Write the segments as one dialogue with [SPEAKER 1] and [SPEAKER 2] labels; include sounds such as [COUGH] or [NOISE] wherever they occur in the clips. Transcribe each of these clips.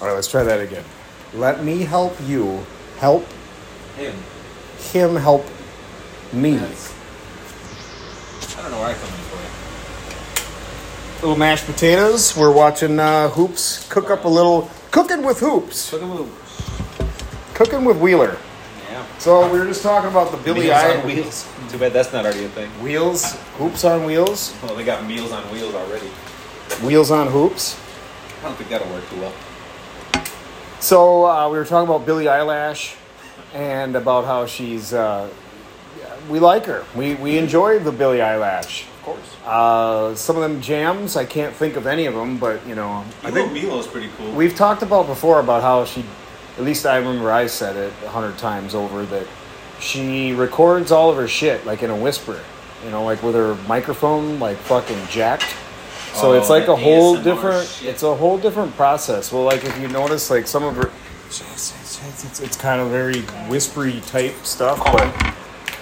[SPEAKER 1] All right, let's try that again. Let me help you help
[SPEAKER 2] Him.
[SPEAKER 1] him help me.
[SPEAKER 2] That's, I don't know where I come in for it.
[SPEAKER 1] Little mashed potatoes. We're watching uh, Hoops cook up a little cooking with Hoops,
[SPEAKER 2] Took a move.
[SPEAKER 1] cooking with Wheeler.
[SPEAKER 2] Yeah.
[SPEAKER 1] So we were just talking about the Billy
[SPEAKER 2] meals
[SPEAKER 1] Idol
[SPEAKER 2] on wheels. Too bad that's not already a thing.
[SPEAKER 1] Wheels, hoops on wheels,
[SPEAKER 2] Well, they got meals on wheels already.
[SPEAKER 1] wheels on hoops.
[SPEAKER 2] I don't think that'll work too well.
[SPEAKER 1] So uh, we were talking about Billie Eyelash and about how she's. Uh, we like her. We we enjoy the Billie Eyelash.
[SPEAKER 2] Of course.
[SPEAKER 1] Uh, some of them jams. I can't think of any of them, but you know, I
[SPEAKER 2] I
[SPEAKER 1] think
[SPEAKER 2] think Milo's pretty cool.
[SPEAKER 1] we've talked about before about how she. At least I remember I said it a hundred times over that she records all of her shit like in a whisper, you know, like with her microphone like fucking jacked. So
[SPEAKER 2] Oh,
[SPEAKER 1] it's like
[SPEAKER 2] that
[SPEAKER 1] a whole
[SPEAKER 2] ASMR
[SPEAKER 1] different.
[SPEAKER 2] shit.
[SPEAKER 1] It's a whole different process. Well, like if you notice, like some of her, it's, it's, it's, it's kind of very whispery type stuff.
[SPEAKER 2] calm.
[SPEAKER 1] But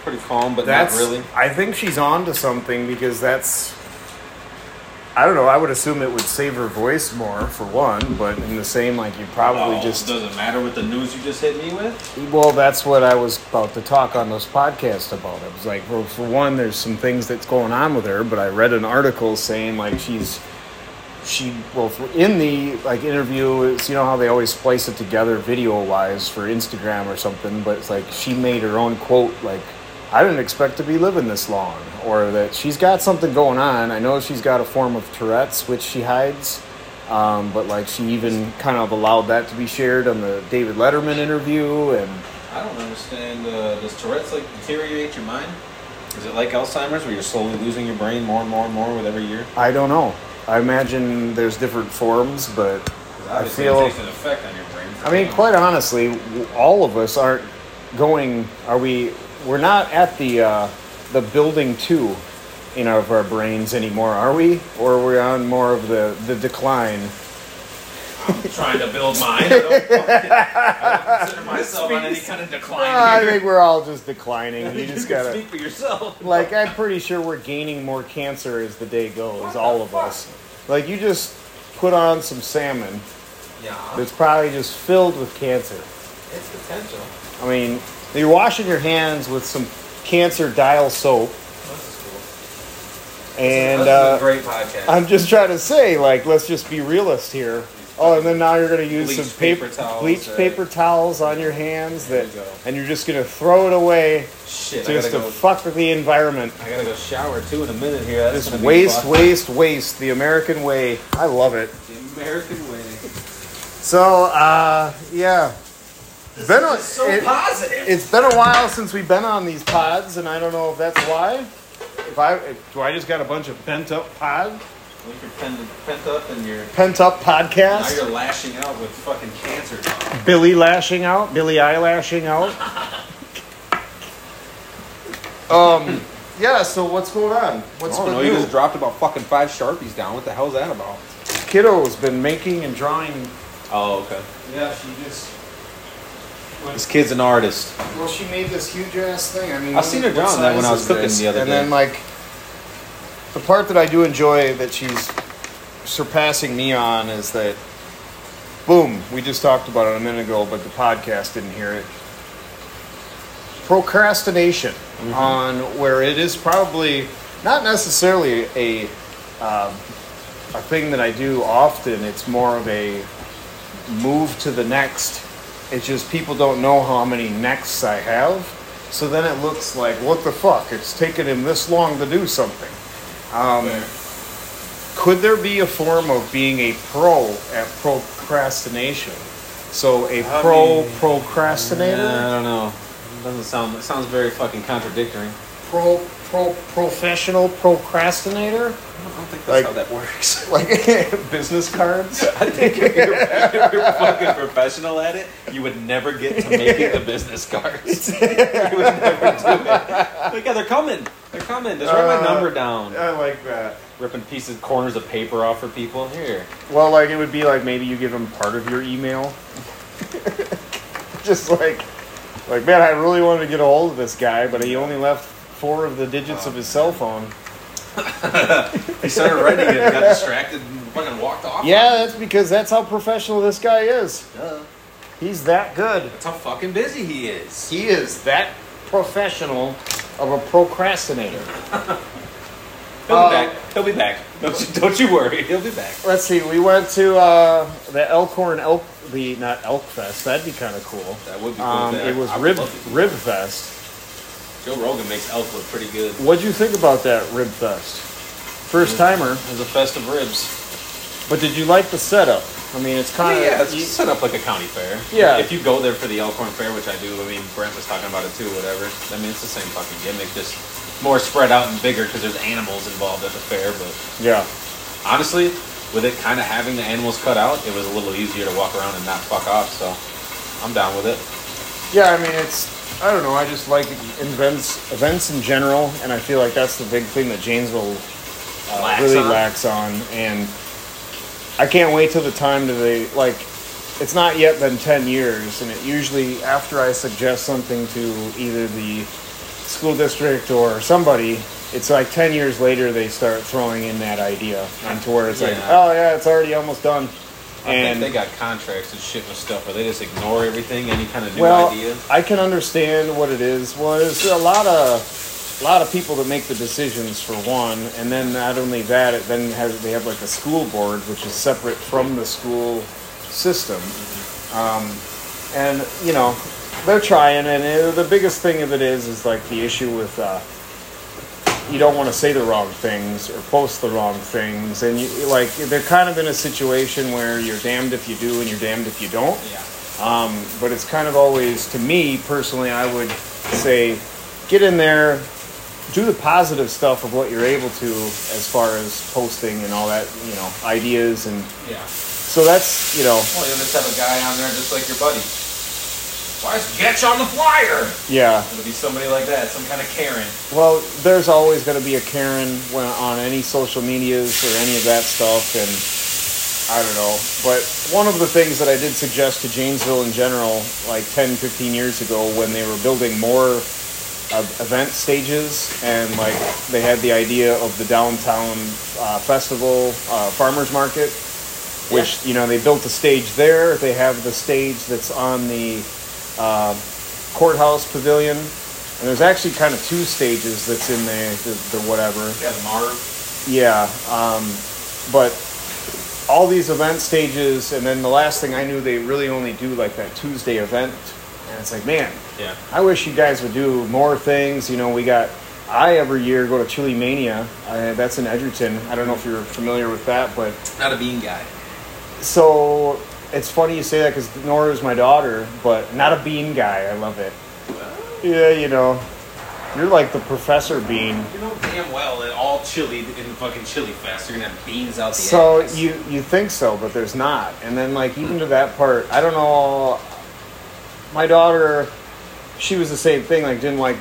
[SPEAKER 2] Pretty calm, but
[SPEAKER 1] that's
[SPEAKER 2] not really.
[SPEAKER 1] I think she's on to something because that's. I don't know. I would assume it would save her voice more for one, but in the same, like you probably
[SPEAKER 2] Oh,
[SPEAKER 1] just.
[SPEAKER 2] doesn't matter what the news you just hit me with.
[SPEAKER 1] Well, that's what I was about to talk on this podcast about. It was like, well, for one, there's some things that's going on with her, but I read an article saying like she's she well for- in the like interview it's you know how they always splice it together video wise for instagram or something but it's like she made her own quote like i didn't expect to be living this long or that she's got something going on i know she's got a form of tourette's which she hides um, but like she even kind of allowed that to be shared on the david letterman interview and
[SPEAKER 2] I don't understand. Uh, does Tourette's like deteriorate your mind? Is it like Alzheimer's, where you're slowly losing your brain more and more and more with every year?
[SPEAKER 1] i don't know i imagine there's different forms but
[SPEAKER 2] 'Cause
[SPEAKER 1] i
[SPEAKER 2] obviously
[SPEAKER 1] feel
[SPEAKER 2] it takes an effect on your brain.
[SPEAKER 1] I mean, quite honestly, w- all of us aren't going. Are we? We're not at the uh, the building two in of our brains anymore, are we? Or we're on more of the the decline.
[SPEAKER 2] trying to build mine.
[SPEAKER 1] [LAUGHS]
[SPEAKER 2] I don't, I don't consider myself on any kind of
[SPEAKER 1] I
[SPEAKER 2] decline here.
[SPEAKER 1] think we're all just declining. You just
[SPEAKER 2] can
[SPEAKER 1] gotta.
[SPEAKER 2] speak for yourself.
[SPEAKER 1] Like, I'm pretty sure we're gaining more cancer as the day goes. All of us. Like, you just put on some salmon
[SPEAKER 2] [LAUGHS] Yeah,
[SPEAKER 1] that's probably just filled with cancer.
[SPEAKER 2] it's potential.
[SPEAKER 1] I mean, you're washing your hands with some cancer dial soap.
[SPEAKER 2] This is cool.
[SPEAKER 1] And
[SPEAKER 2] This is a
[SPEAKER 1] uh,
[SPEAKER 2] great podcast.
[SPEAKER 1] I'm just trying to say, like, let's just be realist here. Oh, and then now you're going to use
[SPEAKER 2] Bleach
[SPEAKER 1] some paper,
[SPEAKER 2] paper towels,
[SPEAKER 1] bleach
[SPEAKER 2] right.
[SPEAKER 1] paper towels on your hands,
[SPEAKER 2] There
[SPEAKER 1] that,
[SPEAKER 2] you go.
[SPEAKER 1] and you're just going to throw it away
[SPEAKER 2] Shit, I
[SPEAKER 1] just
[SPEAKER 2] gotta
[SPEAKER 1] to
[SPEAKER 2] go.
[SPEAKER 1] fuck with the environment.
[SPEAKER 2] I gotta go shower too in a minute here. That's
[SPEAKER 1] Just
[SPEAKER 2] gonna be
[SPEAKER 1] waste,
[SPEAKER 2] fun.
[SPEAKER 1] waste, waste. The American way. I love it.
[SPEAKER 2] The American way.
[SPEAKER 1] So, uh, yeah. Been a, it-
[SPEAKER 2] positive.
[SPEAKER 1] it's been a while since we've been on these pods, and I don't know if that's why. If I if, do, I just got a bunch of bent up pod,
[SPEAKER 2] Well, you're pent, pent up and you're
[SPEAKER 1] pent up
[SPEAKER 2] now
[SPEAKER 1] podcasts.
[SPEAKER 2] you're lashing out with fucking cancer. dog.
[SPEAKER 1] Billy lashing out, Billy eye lashing out. um, yeah. So what's going on? What's
[SPEAKER 2] I don't
[SPEAKER 1] been
[SPEAKER 2] know.
[SPEAKER 1] new?
[SPEAKER 2] Oh, You just dropped about fucking five sharpies down. What the hell's that about?
[SPEAKER 1] Kiddo's been making and drawing.
[SPEAKER 2] Oh, okay.
[SPEAKER 1] Yeah, she just.
[SPEAKER 2] This kid's an artist.
[SPEAKER 1] Well, she made this huge ass thing. I mean,
[SPEAKER 2] I've seen her
[SPEAKER 1] what
[SPEAKER 2] drawing that
[SPEAKER 1] size
[SPEAKER 2] when I was
[SPEAKER 1] is
[SPEAKER 2] cooking
[SPEAKER 1] this?
[SPEAKER 2] the other
[SPEAKER 1] and
[SPEAKER 2] day.
[SPEAKER 1] And then like, the part that I do enjoy that she's surpassing me on is that. Boom! We just talked about it a minute ago, but the podcast didn't hear it. procrastination
[SPEAKER 2] Mm-hmm.
[SPEAKER 1] on where it is probably not necessarily a um, a thing that I do often. It's more of a move to the next. It's just people don't know how many nexts I have, so then it looks like what the fuck? It's taken him this long to do something. Um, could there be a form of being a pro at procrastination? So a
[SPEAKER 2] I
[SPEAKER 1] pro
[SPEAKER 2] mean,
[SPEAKER 1] procrastinator.
[SPEAKER 2] I don't know. It doesn't sound. It sounds very fucking contradictory.
[SPEAKER 1] pro pro professional procrastinator [LAUGHS]
[SPEAKER 2] I don't think that's
[SPEAKER 1] Like-
[SPEAKER 2] how that works.
[SPEAKER 1] like [LAUGHS] business cards
[SPEAKER 2] I think if you're, if you're fucking professional at it, you would never get to making the business cards. you would never do it. Like, yeah, they're coming. They're coming. Just write
[SPEAKER 1] Uh,
[SPEAKER 2] my number down.
[SPEAKER 1] i like that
[SPEAKER 2] Ripping pieces, corners of paper off for people. Here.
[SPEAKER 1] well like it would be like maybe you give them part of your email [LAUGHS] just like like man i really wanted to get a hold of this guy but he only left four of the digits of his cell phone
[SPEAKER 2] He started writing it, got distracted, and fucking walked off.
[SPEAKER 1] Yeah, that's because that's how professional this guy is.
[SPEAKER 2] Duh.
[SPEAKER 1] He's that good.
[SPEAKER 2] That's how fucking busy he is.
[SPEAKER 1] He is that professional of a procrastinator.
[SPEAKER 2] He'll
[SPEAKER 1] Uh,
[SPEAKER 2] be back. He'll be back. Don't you, don't you worry. He'll be back.
[SPEAKER 1] Let's see. We went to uh, the Elkhorn Elk, the not Elk Fest. That'd be kind of cool.
[SPEAKER 2] That would be cool.
[SPEAKER 1] Um,
[SPEAKER 2] That-
[SPEAKER 1] it was
[SPEAKER 2] I would
[SPEAKER 1] Rib
[SPEAKER 2] love to do
[SPEAKER 1] Rib Fest.
[SPEAKER 2] Joe Rogan makes elk look pretty good.
[SPEAKER 1] What'd you think about that Rib Fest? First timer.
[SPEAKER 2] It was a fest of ribs.
[SPEAKER 1] But did you like the setup? I mean, it's kind
[SPEAKER 2] Yeah,
[SPEAKER 1] of
[SPEAKER 2] yeah, it's set up like a county fair.
[SPEAKER 1] Uh, Yeah.
[SPEAKER 2] If you go there for the Elkhorn Fair, which I do, I mean, Brent was talking about it too, whatever. I mean, it's the same fucking gimmick, just more spread out and bigger because there's animals involved at the fair. But
[SPEAKER 1] yeah.
[SPEAKER 2] honestly, with it kind of having the animals cut out, it was a little easier to walk around and not fuck off. So I'm down with it.
[SPEAKER 1] Yeah, I mean, it's, I don't know, I just like events, events in general, and I feel like that's the big thing that Janesville uh,
[SPEAKER 2] Lacks
[SPEAKER 1] really
[SPEAKER 2] on.
[SPEAKER 1] lacks on. And I can't wait till the time that they, like, it's not yet been 10 years, and it usually, after I suggest something to either the school district or somebody, it's like 10 years later they start throwing in that idea, and to where it's like,
[SPEAKER 2] Yeah.
[SPEAKER 1] oh, yeah, it's already almost done.
[SPEAKER 2] I think they got contracts and shit with stuff where they just ignore everything, any kind of new
[SPEAKER 1] well,
[SPEAKER 2] idea.
[SPEAKER 1] I can understand what it is. Well, there's a lot of a lot of people that make the decisions for one, and then not only that, it then has they have like a school board which is separate from the school system, um, and you know they're trying. And it, the biggest thing of it is is like the issue with. Uh, you don't want to say the wrong things or post the wrong things, and you like they're kind of in a situation where you're damned if you do and you're damned if you don't
[SPEAKER 2] Yeah.
[SPEAKER 1] but it's kind of always to me personally i would say get in there do the positive stuff of what you're able to as far as posting and all that you know ideas and
[SPEAKER 2] Yeah.
[SPEAKER 1] so that's you know
[SPEAKER 2] Well, you'll just have a guy on there just like your buddy. Why is Getch on the flyer?
[SPEAKER 1] yeah
[SPEAKER 2] It'll be somebody like that, some kind of Karen.
[SPEAKER 1] well there's always going to be a karen when, on any social medias or any of that stuff and i don't know but one of the things that i did suggest to janesville in general like 10 15 years ago when they were building more of event stages and like they had the idea of the downtown uh, festival uh, farmers market which you know they built the stage there they have the stage that's on the uh, courthouse pavilion and there's actually kind of two stages that's in there the, the whatever
[SPEAKER 2] Yeah, the Marv.
[SPEAKER 1] yeah, um, but all these event stages, and then the last thing I knew, they really only do like that Tuesday event, and it's like, man,
[SPEAKER 2] Yeah.
[SPEAKER 1] I wish you guys would do more things. You know, we got. I every year go to Chili Mania. I, that's in Edgerton. I don't know if you're familiar with that, but
[SPEAKER 2] Not a bean guy.
[SPEAKER 1] so it's funny you say that because Nora is my daughter, but not a bean guy. I love it. Yeah, you know, you're like the Professor Bean.
[SPEAKER 2] You know damn well that all chili in fucking Chili Fest, you're gonna have beans out the
[SPEAKER 1] So
[SPEAKER 2] ass.
[SPEAKER 1] you you think so, but there's not. And then like even to that part, I don't know. My daughter, she was the same thing. Like didn't like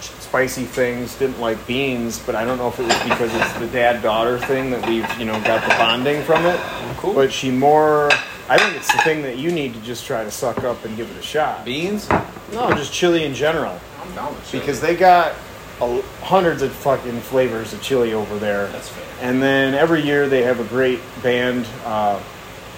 [SPEAKER 1] spicy things, didn't like beans. But I don't know if it was because it's the dad daughter thing that we've you know got the bonding from it.
[SPEAKER 2] Cool.
[SPEAKER 1] But she more. I think it's the thing that you need to just try to suck up and give it a shot.
[SPEAKER 2] beans?
[SPEAKER 1] No, just chili in general,
[SPEAKER 2] I'm down with chili.
[SPEAKER 1] because they got a, hundreds of fucking flavors of chili over there.
[SPEAKER 2] that's fair.
[SPEAKER 1] And then every year they have a great band, uh,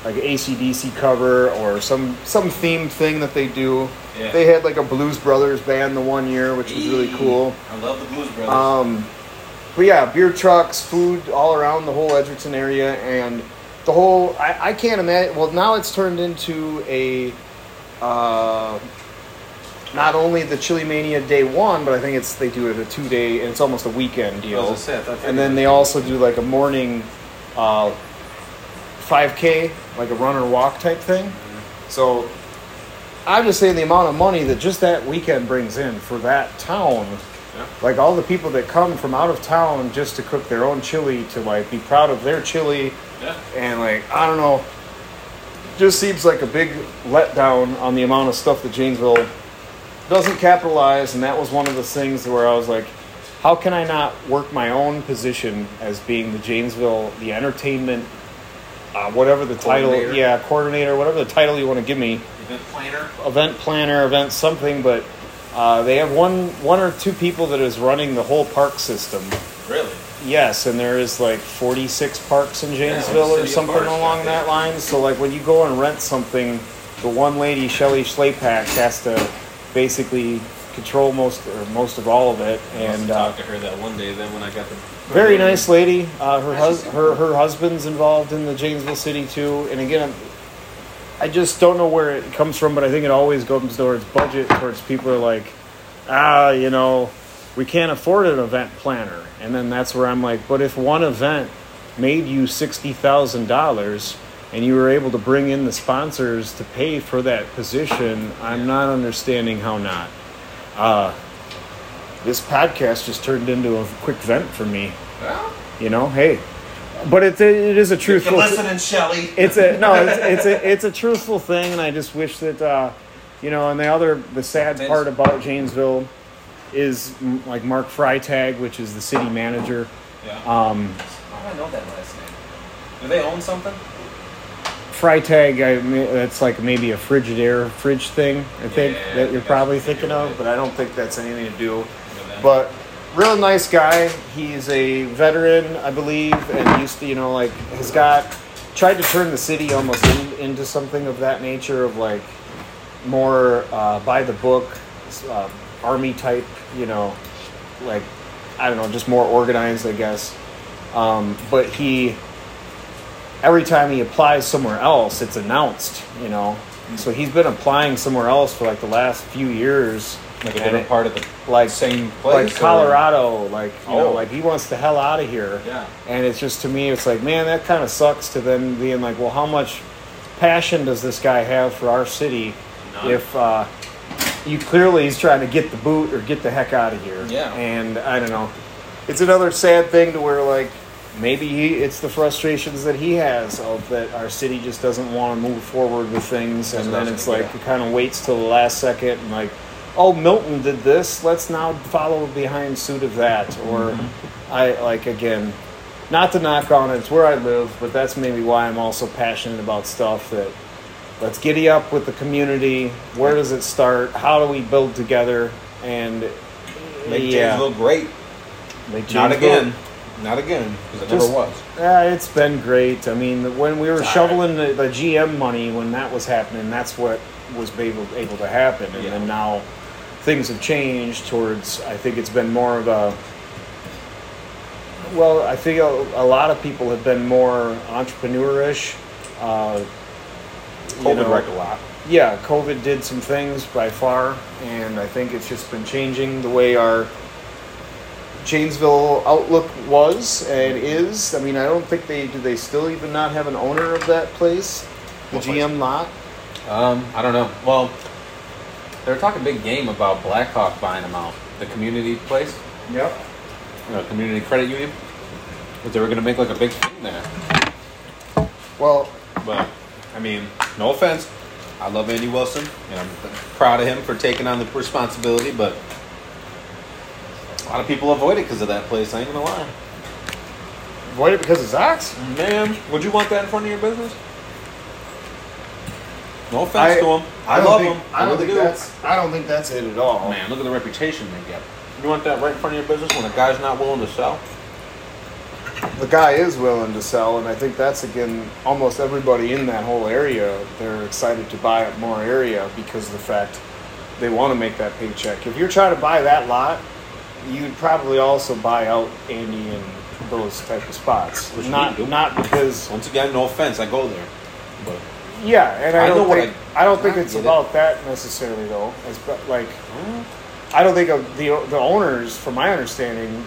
[SPEAKER 1] like ACDC cover or some some themed thing that they do.
[SPEAKER 2] Yeah.
[SPEAKER 1] They had like a Blues Brothers band the one year, which was really
[SPEAKER 2] Eee.
[SPEAKER 1] cool.
[SPEAKER 2] I love the Blues Brothers.
[SPEAKER 1] Um, but yeah, beer trucks, food all around the whole Edgerton area, and the whole. I, I can't imagine. Well, now it's turned into a. Uh, not only the Chili Mania day one, but I think it's they do it a two day, and it's almost a weekend deal.
[SPEAKER 2] As I said, I thought
[SPEAKER 1] and then they also do like a morning uh, 5K, like a run or walk type thing. So I'm just saying the amount of money that just that weekend brings in for that town like all the people that come from out of town just to cook their own chili to like be proud of their chili
[SPEAKER 2] Yeah.
[SPEAKER 1] and like i don't know just seems like a big letdown on the amount of stuff that janesville doesn't capitalize and that was one of the things where i was like how can i not work my own position as being the janesville the entertainment uh, whatever the title
[SPEAKER 2] Coordinator.
[SPEAKER 1] yeah coordinator whatever the title you want to give me
[SPEAKER 2] Event planner.
[SPEAKER 1] event planner, event something, but uh, they have one one or two people that is running the whole park system.
[SPEAKER 2] Really?
[SPEAKER 1] yes, and there is like 46 parks in Janesville
[SPEAKER 2] city
[SPEAKER 1] or
[SPEAKER 2] of
[SPEAKER 1] something
[SPEAKER 2] parks out
[SPEAKER 1] along
[SPEAKER 2] there.
[SPEAKER 1] that line. So like when you go and rent something, the one lady Shelly Schlapak has to basically control most or most of all of it,
[SPEAKER 2] And
[SPEAKER 1] and uh,
[SPEAKER 2] talked to her that one day. Then when I got the
[SPEAKER 1] very nice lady. Uh, her hus-
[SPEAKER 2] she's-
[SPEAKER 1] her her husband's involved in the Janesville city too, and again. I'm, I just don't know where it comes from, but I think it always comes towards budget, towards people are like, ah, you know, we can't afford an event planner. And then that's where I'm like, but if one event made you $60,000 and you were able to bring in the sponsors to pay for that position, I'm not understanding how not. Uh, this podcast just turned into a quick vent for me.
[SPEAKER 2] Well,
[SPEAKER 1] You know, hey, but it's a, it is a
[SPEAKER 2] you
[SPEAKER 1] truthful.
[SPEAKER 2] can listen, and Shelly.
[SPEAKER 1] [LAUGHS] It's a no. It's, it's a it's a truthful thing, and I just wish that uh, you know. And the other the sad
[SPEAKER 2] Vince-
[SPEAKER 1] part about Janesville is m- like Mark Freitag, which is the city manager.
[SPEAKER 2] Yeah.
[SPEAKER 1] Um,
[SPEAKER 2] How do I know that last name? Do they own something?
[SPEAKER 1] Freitag, I, ma- that's like maybe a Frigidaire fridge thing. I think
[SPEAKER 2] Yeah,
[SPEAKER 1] that you're
[SPEAKER 2] I
[SPEAKER 1] probably
[SPEAKER 2] think
[SPEAKER 1] thinking
[SPEAKER 2] you're
[SPEAKER 1] of,
[SPEAKER 2] right.
[SPEAKER 1] but I don't think that's anything to do.
[SPEAKER 2] With them?
[SPEAKER 1] But real nice guy. He's a veteran, I believe, and used to, you know, like has got tried to turn the city almost in, into something of that nature of like more uh, by the book, uh, army type, you know, like I don't know, just more organized, I guess. Um, but he every time he applies somewhere else, it's announced, you know. So he's been applying somewhere else for like the last few years.
[SPEAKER 2] like a
[SPEAKER 1] and
[SPEAKER 2] different
[SPEAKER 1] it-
[SPEAKER 2] part of the
[SPEAKER 1] like
[SPEAKER 2] same place.
[SPEAKER 1] like
[SPEAKER 2] or-
[SPEAKER 1] Colorado, like you know,
[SPEAKER 2] Oh.
[SPEAKER 1] like he wants the hell out of here.
[SPEAKER 2] Yeah.
[SPEAKER 1] And it's just to me, it's like, man, that kind of sucks. To then being like, well, how much passion does this guy have for our city?
[SPEAKER 2] None.
[SPEAKER 1] If uh, you clearly he's trying to get the boot or get the heck out of here.
[SPEAKER 2] Yeah.
[SPEAKER 1] And I don't know. It's another sad thing to where like maybe he, it's the frustrations that he has of that our city just doesn't want to move forward with things, and then it's like it kind of waits till the last second and like, oh, Milton did this. Let's now follow behind suit of that. Or
[SPEAKER 2] Mm-hmm.
[SPEAKER 1] I like again, not to knock on it, it's where I live, but that's maybe why I'm also passionate about stuff that let's giddy up with the community. Where does it start? How do we build together? And
[SPEAKER 2] Make
[SPEAKER 1] yeah,
[SPEAKER 2] Janesville great.
[SPEAKER 1] make
[SPEAKER 2] Not
[SPEAKER 1] Janesville-
[SPEAKER 2] again. Not again. Because it never
[SPEAKER 1] Just-
[SPEAKER 2] was.
[SPEAKER 1] Yeah, it's been great. I mean, when we were
[SPEAKER 2] It's all
[SPEAKER 1] shoveling the, the GM money when that was happening, that's what was able able to happen. And
[SPEAKER 2] Yeah.
[SPEAKER 1] then now things have changed towards. I think it's been more of a. Well, I think a, a lot of people have been more entrepreneurish. Uh, you
[SPEAKER 2] COVID
[SPEAKER 1] know,
[SPEAKER 2] wrecked a lot.
[SPEAKER 1] yeah, COVID did some things by far, and I think it's just been changing the way our Janesville outlook was and is. I mean, I don't think they do. They still even not have an owner of that place, the
[SPEAKER 2] What place?
[SPEAKER 1] GM lot.
[SPEAKER 2] Um, I don't know. Well, they were talking big game about Blackhawk buying them out. The community place,
[SPEAKER 1] Yep.
[SPEAKER 2] you know, community credit union. But they were going to make like a big thing there.
[SPEAKER 1] Well,
[SPEAKER 2] But I mean, no offense. I love Andy Wilson, and I'm proud of him for taking on the responsibility. But a lot of people avoid it because of that place. I ain't gonna lie.
[SPEAKER 1] avoid it because it's ox.
[SPEAKER 2] Man, would you want that in front of your business? No offense
[SPEAKER 1] I-
[SPEAKER 2] to him. I, love him. really do.
[SPEAKER 1] I don't think that's it at all.
[SPEAKER 2] Oh, Man, look at the reputation they get. You want that right in front of your business when a guy's not willing to sell?
[SPEAKER 1] The guy is willing to sell, and I think that's again almost everybody in that whole area. They're excited to buy up more area because of the fact they want to make that paycheck. If you're trying to buy that lot, you'd probably also buy out Andy and those type of spots.
[SPEAKER 2] Which we
[SPEAKER 1] not
[SPEAKER 2] do.
[SPEAKER 1] not because
[SPEAKER 2] Once again, no offense. I go there, but
[SPEAKER 1] yeah, and I,
[SPEAKER 2] I know
[SPEAKER 1] don't
[SPEAKER 2] what
[SPEAKER 1] think I, don't think
[SPEAKER 2] I
[SPEAKER 1] it's
[SPEAKER 2] get it.
[SPEAKER 1] about that necessarily though. It's but like I don't think of the the owners, from my understanding,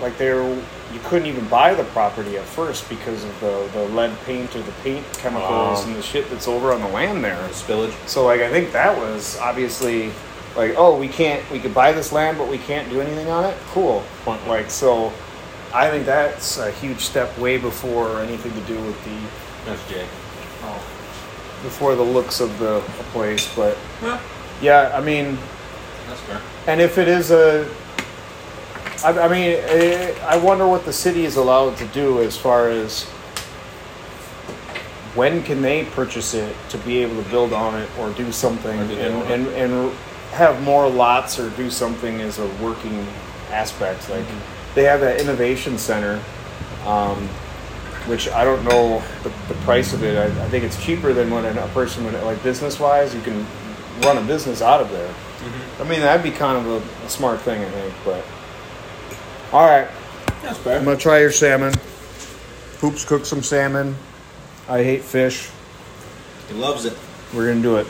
[SPEAKER 1] like they were, you couldn't even buy the property at first because of the, the lead paint or the paint chemicals
[SPEAKER 2] Oh.
[SPEAKER 1] and the shit that's over on the land there.
[SPEAKER 2] the spillage.
[SPEAKER 1] So like I think that was obviously like oh we can't we could buy this land but we can't do anything on it. Cool. Like so, I think that's a huge step way before anything to do with the
[SPEAKER 2] That's Jay.
[SPEAKER 1] before the looks of the place. But yeah, I mean
[SPEAKER 2] that's fair.
[SPEAKER 1] And if it is a, I, I mean, eh, I wonder what the city is allowed to do as far as when can they purchase it to be able to build on it or do something
[SPEAKER 2] Or do they
[SPEAKER 1] and,
[SPEAKER 2] own it?
[SPEAKER 1] and, and have more lots or do something as a working aspect. Like,
[SPEAKER 2] Mm-hmm.
[SPEAKER 1] they have that innovation center, um, which I don't know the, the price of it. I, I think it's cheaper than what a person would like business wise. You can run a business out of there. I mean, that'd be kind of a, a smart thing, I think. But all right,
[SPEAKER 2] That's
[SPEAKER 1] I'm
[SPEAKER 2] fair.
[SPEAKER 1] gonna try your salmon. Hoops cooked some salmon. I hate fish.
[SPEAKER 2] He loves it.
[SPEAKER 1] We're gonna do it.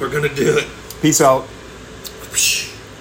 [SPEAKER 2] We're gonna do it.
[SPEAKER 1] Peace out.